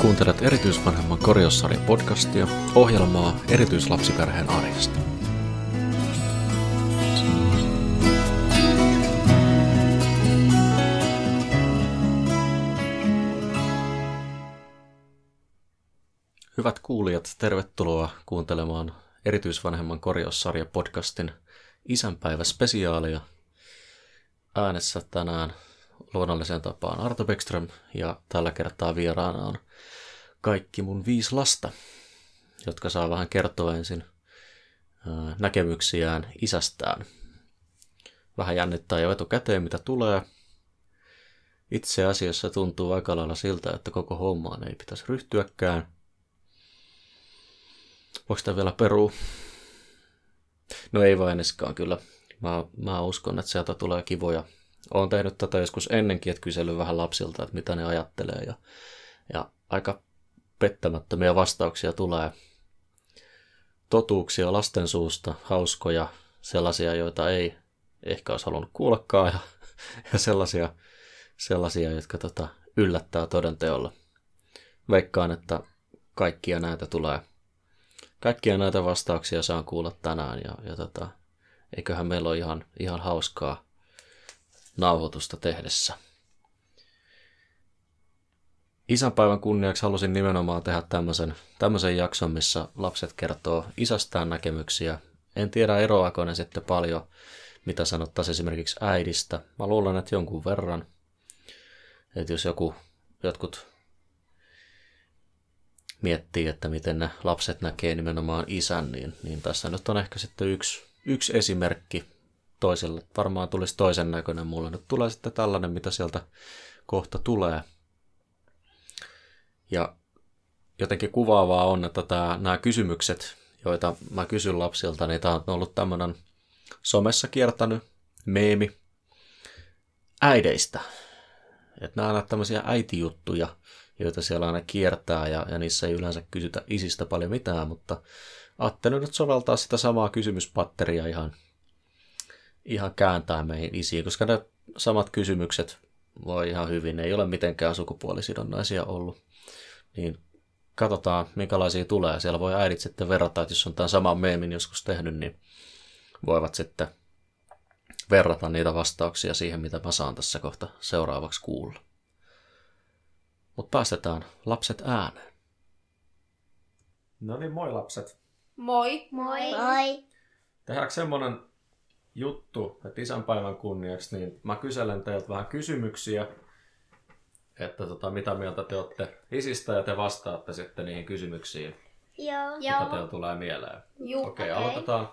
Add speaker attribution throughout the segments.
Speaker 1: Kuuntelet erityisvanhemman korjaussarjan podcastia, ohjelmaa erityislapsiperheen arjesta. Hyvät kuulijat, tervetuloa kuuntelemaan erityisvanhemman korjaussarja podcastin isänpäiväspesiaalia. Äänessä tänään luonnolliseen tapaan Arto Beckström ja tällä kertaa vieraana on kaikki mun viisi lasta, jotka saa vähän kertoa ensin ää, näkemyksiään isästään. Vähän jännittää jo etukäteen, mitä tulee. Itse asiassa tuntuu aika lailla siltä, että koko hommaan ei pitäisi ryhtyäkään. Voiko tämä vielä peru? No ei vain eskaan kyllä. Mä, mä uskon, että sieltä tulee kivoja olen tehnyt tätä joskus ennenkin, että kysellyt vähän lapsilta, että mitä ne ajattelee. Ja, ja aika pettämättömiä vastauksia tulee. Totuuksia lasten suusta, hauskoja, sellaisia, joita ei ehkä olisi halunnut kuullakaan, ja, ja sellaisia, sellaisia, jotka tota, yllättää todenteolla. Veikkaan, että kaikkia näitä tulee. Kaikkia näitä vastauksia saan kuulla tänään, ja, ja tota, eiköhän meillä ole ihan, ihan hauskaa nauhoitusta tehdessä. Isänpäivän kunniaksi halusin nimenomaan tehdä tämmöisen, tämmöisen jakson, missä lapset kertoo isästään näkemyksiä. En tiedä eroako ne sitten paljon, mitä sanottaisiin esimerkiksi äidistä. Mä luulen, että jonkun verran. Että jos joku, jotkut miettii, että miten ne lapset näkee nimenomaan isän, niin, niin tässä nyt on ehkä sitten yksi, yksi esimerkki, toiselle, varmaan tulisi toisen näköinen mulle. Nyt tulee sitten tällainen, mitä sieltä kohta tulee. Ja jotenkin kuvaavaa on, että tämä, nämä kysymykset, joita mä kysyn lapsilta, niin tämä on ollut tämmöinen somessa kiertänyt meemi äideistä. Että nämä ovat tämmöisiä äitijuttuja, joita siellä aina kiertää ja, ja niissä ei yleensä kysytä isistä paljon mitään, mutta ajattelin nyt soveltaa sitä samaa kysymyspatteria ihan ihan kääntää meihin isiin, koska ne samat kysymykset voi ihan hyvin, ne ei ole mitenkään sukupuolisidonnaisia ollut. Niin katsotaan, minkälaisia tulee. Siellä voi äidit sitten verrata, että jos on tämän saman meemin joskus tehnyt, niin voivat sitten verrata niitä vastauksia siihen, mitä mä saan tässä kohta seuraavaksi kuulla. Mutta päästetään lapset ääneen.
Speaker 2: No niin, moi lapset.
Speaker 3: Moi.
Speaker 4: Moi. Moi.
Speaker 2: Tehdäänkö semmonen juttu, että isänpäivän kunniaksi, niin mä kyselen teiltä vähän kysymyksiä, että tota, mitä mieltä te olette isistä ja te vastaatte sitten niihin kysymyksiin,
Speaker 4: Joo.
Speaker 2: mitä teillä tulee mieleen.
Speaker 3: Juu.
Speaker 2: Okei, okay, aloitetaan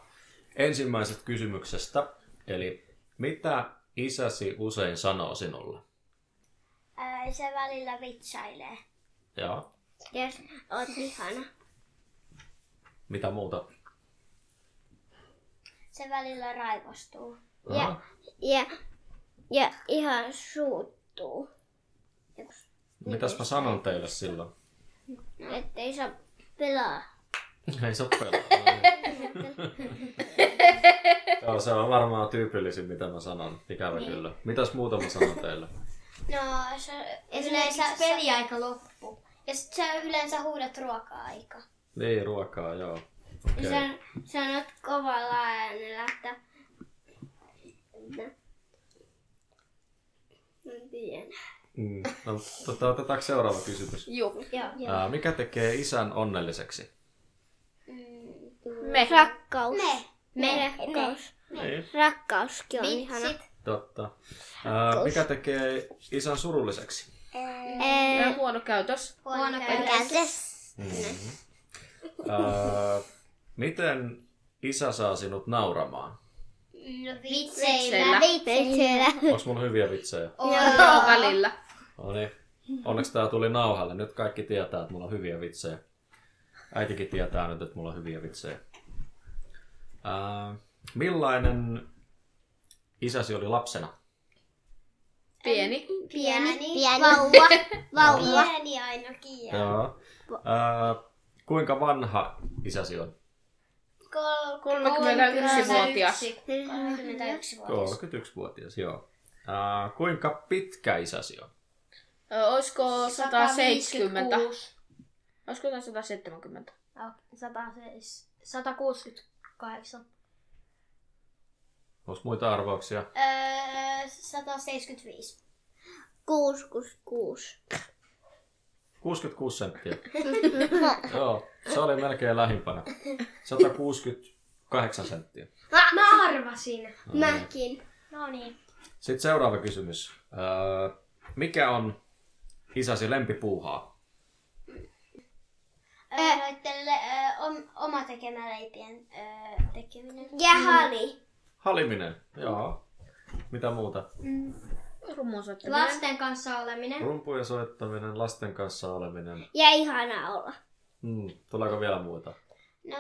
Speaker 2: ensimmäisestä kysymyksestä. Eli mitä isäsi usein sanoo sinulle?
Speaker 4: Ää, se välillä vitsailee.
Speaker 2: Ja
Speaker 4: Jos oot ihana.
Speaker 2: mitä muuta?
Speaker 4: Se välillä raivostuu.
Speaker 2: Aha.
Speaker 4: Ja, ja ihan suuttuu.
Speaker 2: Mitäs mä sanon teille silloin?
Speaker 4: Ettei se pelaa.
Speaker 2: Ei se ole pelaa. Joo, se on varmaan tyypillisin, mitä mä sanon. Ikävä kyllä. Mitäs muuta mä sanon teille?
Speaker 4: No, se
Speaker 3: Esimerkiksi
Speaker 4: yleensä... Se,
Speaker 3: peliaika loppuu.
Speaker 4: ja sit sä yleensä huudat ruoka-aika.
Speaker 2: Niin, ruokaa, joo.
Speaker 4: Ja
Speaker 2: Okei.
Speaker 4: Sä sanot kovalla äänellä, että... En tiedä.
Speaker 2: Mm. No, tota, otetaanko seuraava kysymys?
Speaker 3: Juu.
Speaker 4: Joo.
Speaker 2: Ää, mikä tekee isän onnelliseksi?
Speaker 3: Me.
Speaker 4: Rakkaus.
Speaker 3: Me.
Speaker 4: Me. Rakkaus.
Speaker 2: Niin.
Speaker 4: Rakkauskin on ihana.
Speaker 2: Totta. Ää, mikä tekee isän surulliseksi?
Speaker 4: Eh,
Speaker 3: Ja huono käytös.
Speaker 4: Huono käytös.
Speaker 2: Ää, miten isä saa sinut nauramaan?
Speaker 4: No,
Speaker 3: Vitseillä.
Speaker 4: Vitseillä.
Speaker 2: Onko mulla hyviä vitsejä?
Speaker 3: Joo. välillä.
Speaker 2: No niin. Onneksi tää tuli nauhalle. Nyt kaikki tietää, että mulla on hyviä vitsejä. Äitikin tietää nyt, että mulla on hyviä vitsejä. Ää, millainen isäsi oli lapsena?
Speaker 3: Pieni.
Speaker 4: Pieni. Pieni. Vauva. Vauva. Pieni ainakin. ja
Speaker 2: Joo. Ää, kuinka vanha isäsi on?
Speaker 4: Kol-
Speaker 3: 31-vuotias.
Speaker 4: 31 vuotta.
Speaker 2: 31-vuotias, joo. Ää, kuinka pitkä isäsi on?
Speaker 3: Ö, Oisko 170? Olisiko jotain 170?
Speaker 4: Au- sata- se- 168.
Speaker 1: Onko muita arvauksia?
Speaker 4: Öö, 175. 666.
Speaker 1: 66 senttiä. Joo, se oli melkein lähimpänä. 168 senttiä.
Speaker 4: Mä, mä arvasin.
Speaker 5: Mäkin.
Speaker 4: No niin.
Speaker 1: Sitten seuraava kysymys. Öö, mikä on isäsi lempipuuhaa?
Speaker 4: Öö, noitten le- öö, om, oma tekemä leipien öö, tekeminen.
Speaker 5: Ja Hali.
Speaker 1: Haliminen. Joo. Mitä muuta?
Speaker 3: Rumun soittaminen.
Speaker 4: Lasten kanssa oleminen.
Speaker 1: Rumpujen soittaminen, lasten kanssa oleminen.
Speaker 5: Ja ihana olla.
Speaker 1: Hmm, tuleeko vielä muuta?
Speaker 4: No,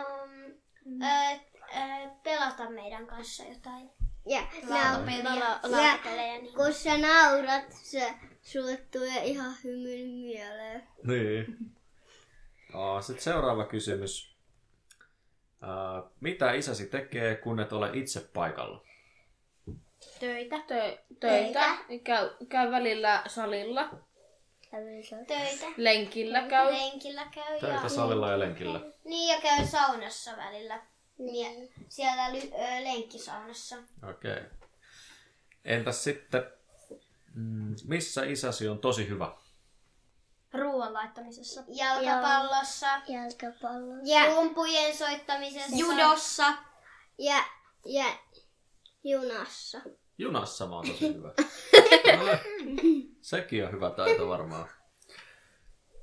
Speaker 4: mm. öö, öö, pelata meidän kanssa jotain.
Speaker 5: Ja,
Speaker 4: Lautapeliä.
Speaker 5: ja
Speaker 4: Lautapelejä. Niin.
Speaker 5: kun sä naurat, se sulle tulee ihan hymyn mieleen.
Speaker 1: Niin. Joo, sitten seuraava kysymys. Öö, mitä isäsi tekee, kun et ole itse paikalla?
Speaker 4: Töitä.
Speaker 3: Tö- töitä. Niin Käy, käy välillä salilla.
Speaker 4: Töitä.
Speaker 3: Lenkillä käy.
Speaker 4: Lenkillä käy.
Speaker 1: Töitä salilla ja lenkillä.
Speaker 4: Niin, ja käy saunassa välillä. Niin. Siellä ly- ö, lenkkisaunassa.
Speaker 1: Okei. Okay. Entäs sitten, mm, missä isäsi on tosi hyvä?
Speaker 4: Ruoan laittamisessa. Jalkapallossa.
Speaker 5: Jalkapallo.
Speaker 4: Ja. Rumpujen soittamisessa. Judossa.
Speaker 5: Ja, ja junassa.
Speaker 1: Junassa mä oon tosi hyvä. No, sekin on hyvä taito varmaan.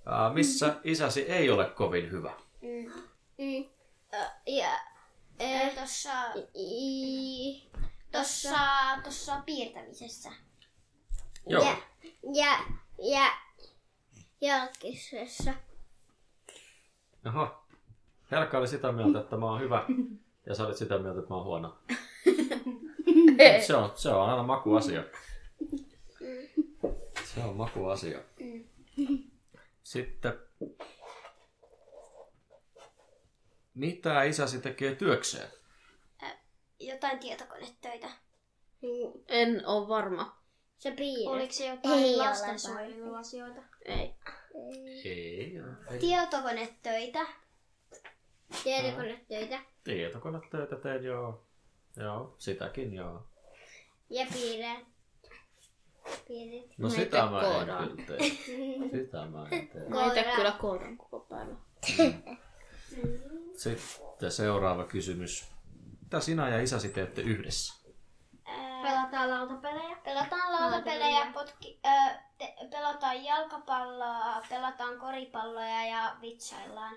Speaker 1: Ää, missä isäsi ei ole kovin hyvä?
Speaker 5: Mm. Ja,
Speaker 4: Ö, tossa,
Speaker 5: Äh. i,
Speaker 4: tossa, tossa piirtämisessä.
Speaker 1: Joo.
Speaker 5: ja, ja, ja jalkisessa.
Speaker 1: Aha. Helka oli sitä mieltä, että mä oon hyvä. Ja sä olit sitä mieltä, että mä oon huono. Mut Se on, se on aina makuasia. Mm. Se on makuasia. Sitten. Mitä isäsi tekee työkseen?
Speaker 4: Jotain tietokonetöitä.
Speaker 5: Mm.
Speaker 3: En oo varma.
Speaker 5: Se piirrä.
Speaker 4: Oliko se
Speaker 5: Ei
Speaker 4: jotain
Speaker 5: ole
Speaker 4: lastensuojeluasioita?
Speaker 3: Ei.
Speaker 1: Ei. ei.
Speaker 4: Tietokonetöitä.
Speaker 5: Tietokonetöitä
Speaker 1: Tietokonetöitä teen, joo. Joo, sitäkin joo.
Speaker 5: ja piirrä. Piirrät.
Speaker 1: No
Speaker 3: Mä
Speaker 1: sitä
Speaker 3: itse
Speaker 1: mä en
Speaker 3: koodaan.
Speaker 1: kyllä tee. Sitä mä en tee.
Speaker 3: Mä ite
Speaker 5: Koira.
Speaker 3: kyllä koodan koko päivän.
Speaker 1: Sitten seuraava kysymys. Mitä sinä ja isäsi teette yhdessä?
Speaker 4: Pelataan lautapelejä. Pelataan lautapelejä, potki, ö, te, pelataan jalkapalloa, pelataan koripalloja ja vitsaillaan.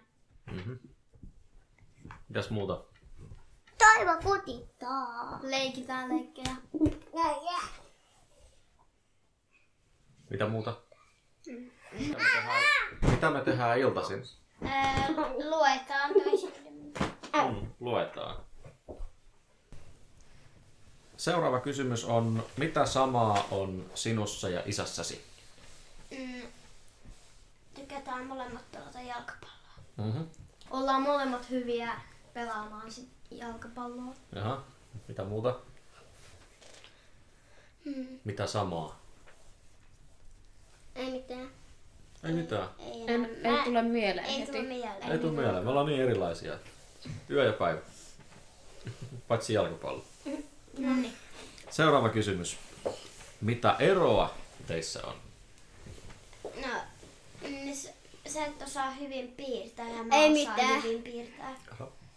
Speaker 1: Mm-hmm. Mitäs muuta?
Speaker 5: Toivo kutittaa.
Speaker 4: Leikitään leikkejä.
Speaker 5: Ja,
Speaker 4: No
Speaker 5: ja.
Speaker 1: Mitä muuta? Mitä me tehdään, mitä me tehdään iltaisin?
Speaker 4: Ö, luetaan toisillemme.
Speaker 1: Mm, luetaan. Seuraava kysymys on, mitä samaa on sinussa ja isässäsi?
Speaker 4: Mm, tykätään molemmat pelata jalkapalloa.
Speaker 1: Mm-hmm.
Speaker 4: Ollaan molemmat hyviä pelaamaan sit jalkapalloa.
Speaker 1: Jaha. Mitä muuta? Mitä samaa?
Speaker 5: Ei mitään.
Speaker 1: Ei mitään.
Speaker 3: En, ei tule mieleen
Speaker 4: Ei
Speaker 3: heti.
Speaker 4: tule mieleen.
Speaker 1: Ei tule mieleen. Me ollaan niin erilaisia. Yö ja päivä. Paitsi jalkapallo. No niin.
Speaker 4: Noniin.
Speaker 1: Seuraava kysymys. Mitä eroa teissä on?
Speaker 4: No, mm, s- sä et osaa hyvin piirtää ja mä
Speaker 5: Ei
Speaker 4: osaan
Speaker 5: mitään.
Speaker 4: hyvin piirtää.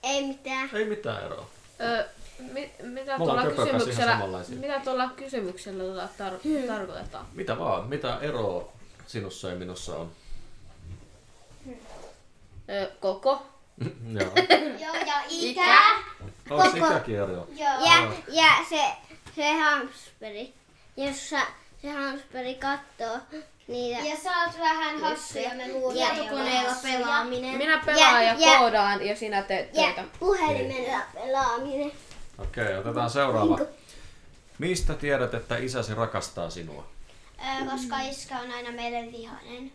Speaker 5: Ei mitään.
Speaker 1: Ei mitään eroa.
Speaker 3: Ö, mi, mitä,
Speaker 1: Me ollaan
Speaker 3: tuolla
Speaker 1: Köpön kanssa ihan
Speaker 3: kysymyksellä,
Speaker 1: samanlaisia.
Speaker 3: mitä tuolla kysymyksellä tuota tar- tarkoitetaan?
Speaker 1: Mitä vaan. Mitä eroa sinussa ja minussa on?
Speaker 3: Ö, koko.
Speaker 1: Joo.
Speaker 4: Joo, ja
Speaker 3: Ikä.
Speaker 1: Onko ikäkin eroa?
Speaker 4: Joo.
Speaker 5: Ja, ja se, se hamsteri, jossa se hamsteri kattoo niin niitä.
Speaker 4: Ja sä oot vähän hassu ja me luulemme
Speaker 5: tietokoneella pelaaminen.
Speaker 3: Minä pelaan ja,
Speaker 5: Ja- ja-
Speaker 3: koodaan ja sinä teet töitä.
Speaker 5: Ja puhelimella pelaaminen.
Speaker 1: Okei, otetaan seuraava. Mistä tiedät, että isäsi rakastaa sinua?
Speaker 4: Öö, koska iskä on aina meidän vihainen.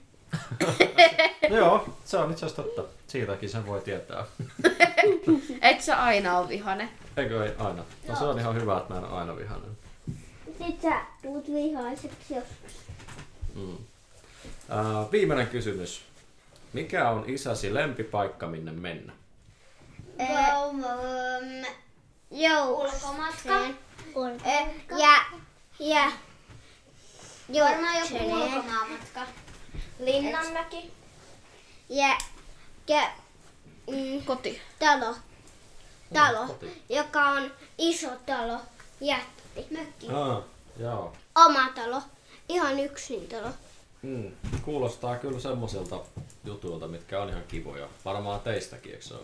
Speaker 1: Joo, se on itse asiassa totta. Siitäkin sen voi tietää.
Speaker 3: Et sä aina ole vihane.
Speaker 1: Eikö ei aina? No se on ihan hyvä, että mä en ole aina vihainen.
Speaker 5: Sit sä tulet vihaiseksi, jos
Speaker 1: Mm. Äh, viimeinen kysymys.
Speaker 2: Mikä on isäsi lempipaikka, minne mennä?
Speaker 4: Vaum- Ulkomatka.
Speaker 5: Ulkomatka.
Speaker 4: Ulkomatka.
Speaker 5: Ja, ja
Speaker 4: Varmaan joku
Speaker 5: Juokseneen.
Speaker 4: ulkomaanmatka. Linnanmäki.
Speaker 5: Ja, ja mm,
Speaker 3: Koti.
Speaker 5: talo.
Speaker 4: Ah,
Speaker 5: Talo,
Speaker 2: koti.
Speaker 5: joka on iso talo. Jätti.
Speaker 2: Ah, joo.
Speaker 5: Oma talo. Ihan yksin talo.
Speaker 2: Mm. Kuulostaa kyllä semmoisilta jutuilta, mitkä on ihan kivoja. Varmaan teistäkin, eikö se ole?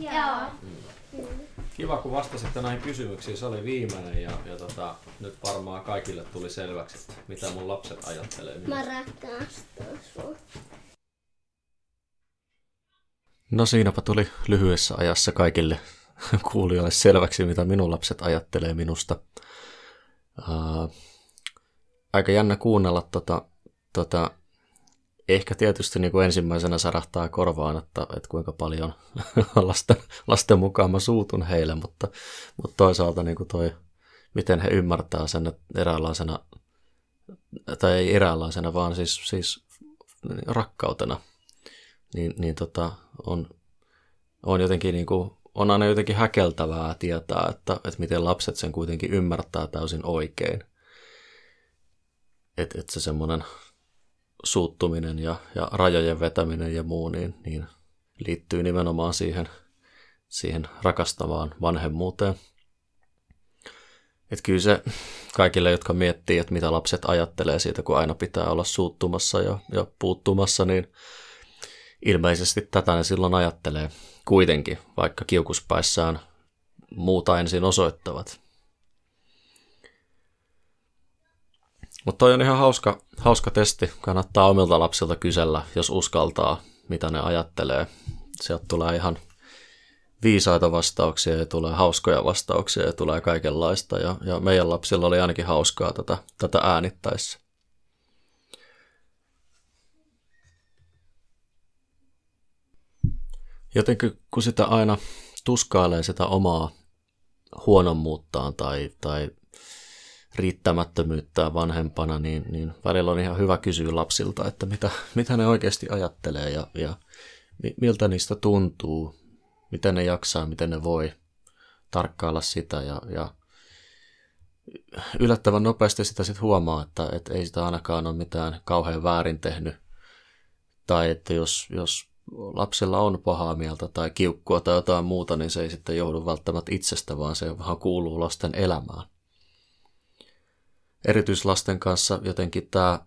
Speaker 4: Joo.
Speaker 2: Kiva, kun vastasitte näihin kysymyksiin. Se oli viimeinen ja, ja tota, nyt varmaan kaikille tuli selväksi, että mitä mun lapset ajattelee.
Speaker 5: Mä rakastan sua.
Speaker 1: No siinäpä tuli lyhyessä ajassa kaikille kuulijoille selväksi, mitä minun lapset ajattelee minusta. Ää, aika jännä kuunnella tota, tota ehkä tietysti niin kuin ensimmäisenä sarahtaa korvaan, että, että kuinka paljon lasten, lasten mukaan mä suutun heille, mutta, mutta toisaalta niin kuin toi, miten he ymmärtää sen että eräänlaisena, tai ei eräänlaisena, vaan siis, siis rakkautena niin, niin tota, on, on jotenkin niin kuin, on aina jotenkin häkeltävää tietää, että, että miten lapset sen kuitenkin ymmärtää täysin oikein. Että et se semmoinen suuttuminen ja, ja rajojen vetäminen ja muu, niin, niin liittyy nimenomaan siihen, siihen rakastavaan vanhemmuuteen. Että kyllä se kaikille, jotka miettii, että mitä lapset ajattelee siitä, kun aina pitää olla suuttumassa ja, ja puuttumassa, niin ilmeisesti tätä ne silloin ajattelee kuitenkin, vaikka kiukuspäissään muuta ensin osoittavat. Mutta toi on ihan hauska, hauska testi. Kannattaa omilta lapsilta kysellä, jos uskaltaa, mitä ne ajattelee. Sieltä tulee ihan viisaita vastauksia ja tulee hauskoja vastauksia ja tulee kaikenlaista. Ja, ja meidän lapsilla oli ainakin hauskaa tätä, tätä äänittäessä. jotenkin kun sitä aina tuskailee sitä omaa huonommuuttaan tai, tai riittämättömyyttään vanhempana, niin, niin välillä on ihan hyvä kysyä lapsilta, että mitä, mitä ne oikeasti ajattelee ja, ja mi- miltä niistä tuntuu, miten ne jaksaa, miten ne voi tarkkailla sitä ja, ja yllättävän nopeasti sitä sitten huomaa, että, että ei sitä ainakaan ole mitään kauhean väärin tehnyt tai että jos, jos lapsella on pahaa mieltä tai kiukkua tai jotain muuta, niin se ei sitten johdu välttämättä itsestä, vaan se vähän kuuluu lasten elämään. Erityislasten kanssa jotenkin tämä,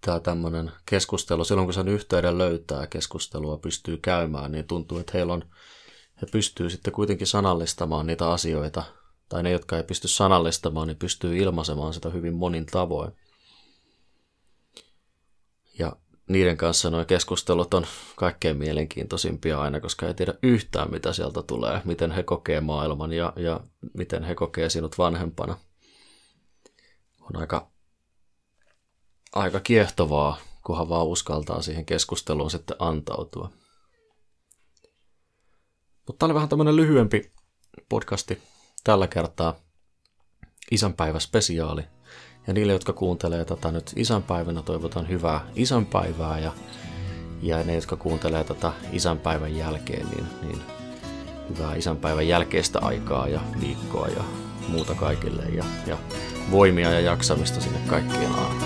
Speaker 1: tämä tämmöinen keskustelu, silloin kun sen yhteyden löytää ja keskustelua pystyy käymään, niin tuntuu, että heillä on, he pystyy sitten kuitenkin sanallistamaan niitä asioita, tai ne, jotka ei pysty sanallistamaan, niin pystyy ilmaisemaan sitä hyvin monin tavoin. Ja niiden kanssa nuo keskustelut on kaikkein mielenkiintoisimpia aina, koska ei tiedä yhtään, mitä sieltä tulee, miten he kokee maailman ja, ja miten he kokee sinut vanhempana. On aika, aika kiehtovaa, kunhan vaan uskaltaa siihen keskusteluun sitten antautua. Mutta tämä oli vähän tämmöinen lyhyempi podcasti tällä kertaa. Isänpäiväspesiaali. Ja niille, jotka kuuntelee tätä nyt isänpäivänä, toivotan hyvää isänpäivää. Ja, ja ne, jotka kuuntelee tätä isänpäivän jälkeen, niin, niin hyvää isänpäivän jälkeistä aikaa ja viikkoa ja muuta kaikille. Ja, ja voimia ja jaksamista sinne kaikkien arkeen.